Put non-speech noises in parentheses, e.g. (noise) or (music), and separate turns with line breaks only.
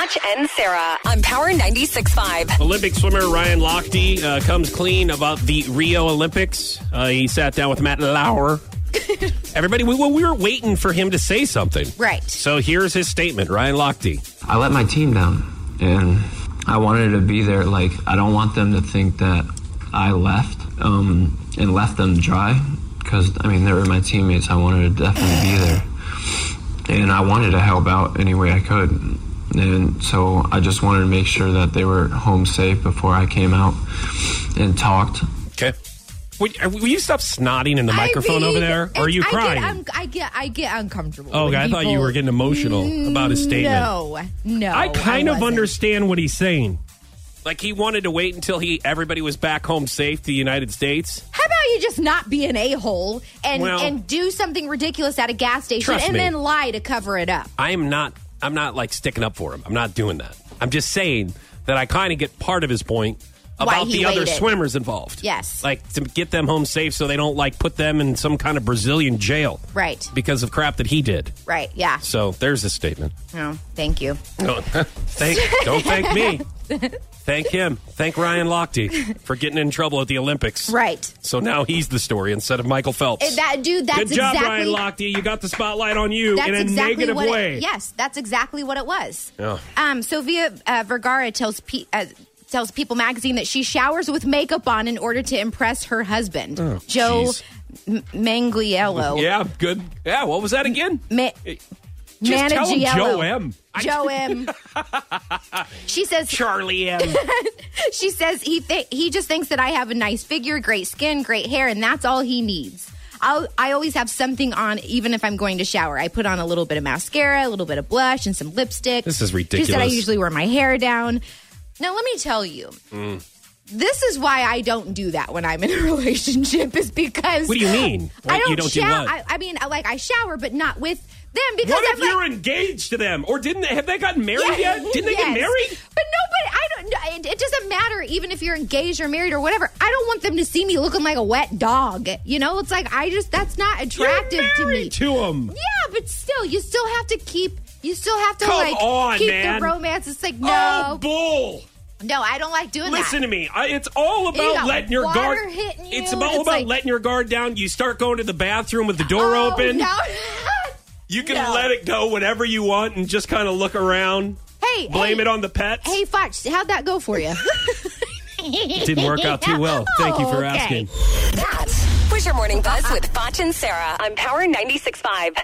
Rich and Sarah on Power 96.5.
Olympic swimmer Ryan Lochte uh, comes clean about the Rio Olympics. Uh, he sat down with Matt
(laughs)
Lauer. Everybody, we, well, we were waiting for him to say something.
Right.
So here's his statement, Ryan Lochte.
I let my team down, and I wanted to be there. Like I don't want them to think that I left um, and left them dry, because I mean they were my teammates. I wanted to definitely be there, and I wanted to help out any way I could. And so I just wanted to make sure that they were home safe before I came out and talked.
Okay. Would, uh, will you stop snotting in the microphone
I mean,
over there? Or are
it's-
you
I
crying?
Get, un- I get, I get uncomfortable.
oh,
when
okay, I thought you
people-
were getting emotional about his statement.
Mm, No, no.
I kind of
wasn't.
understand what he's saying. Like he wanted to wait until he everybody was back home safe to the United States.
How about you just not be an a hole and
Well-
and do something ridiculous at a gas station
Trust
and
me.
then lie to cover it up?
I am not I'm not like sticking up for him. I'm not doing that. I'm just saying that I kind of get part of his point
Why
about
he
the other
waited.
swimmers involved.
Yes.
Like to get them home safe so they don't like put them in some kind of Brazilian jail.
Right.
Because of crap that he did.
Right? Yeah.
So there's a statement.
No, thank you.
No, (laughs) thank, don't thank
(laughs)
me. Thank him. Thank Ryan Lochte for getting in trouble at the Olympics.
Right.
So now he's the story instead of Michael Phelps.
Eh, That dude. That's
Good job,
exactly.
Ryan Lochte. You got the spotlight on you
That's
in a
exactly
negative
what it-
way.
yes, that's exactly what it was.
Yeah.
Um, Sofia uh, Vergara tells pe- uh, tells People magazine that she showers with makeup on in order to impress her husband, Joe
Oh, jeez.
M- Mangliello.
Yeah, good. Yeah, what was that again?
Ma-
Just tell him
Manigiello.
Joe M. I-
Joe
(laughs)
M. she says
Charlie M.
she says he th- he just thinks that I have a nice figure, great skin, great hair, and that's all he needs. I'll, I always have something on, even if I'm going to shower. I put on a little bit of mascara, a little bit of blush, and some lipstick.
This is
She said I
ridiculous.
usually wear my hair down. Now let me tell you.
Mm.
This is why I don't do that when I'm in a (laughs) relationship. Is because
What do you mean?
I
Like,
don't,
you don't do
shower.
what?
I, I mean, I- like I shower, but not with them (laughs) because
what
I'm
if
like,
you're engaged to them? Or didn't they have they gotten married
yeah,
yet? Didn't they get
yes.
married?
But no, but I don't. It, it doesn't matter, even if you're engaged or married or whatever. I don't want them to see me looking like a wet dog. You know, it's like I just that's not attractive
you're
to me.
married to him.
yeah, but still, you still have to keep. You still have to
Come
like
on,
keep
man.
the romance. It's like
Oh,
no,
bull.
no, I don't like doing
Listen
that.
to me. I, it's all
You
about
got
letting your
water
guard.
hitting you,
it's about,
and it's
about
like-
letting your guard down. You start going to the bathroom with the door
Oh,
open.
No. (laughs)
You can
No.
let it go whenever you want and just kind of look around.
Hey,
blame
hey.
it on the pets.
hey, Foch, how'd that go for you?
It didn't work out too well. Thank you for
(laughs) Okay.
asking.
That was your morning buzz with Foch and Sarah on Power 96.5.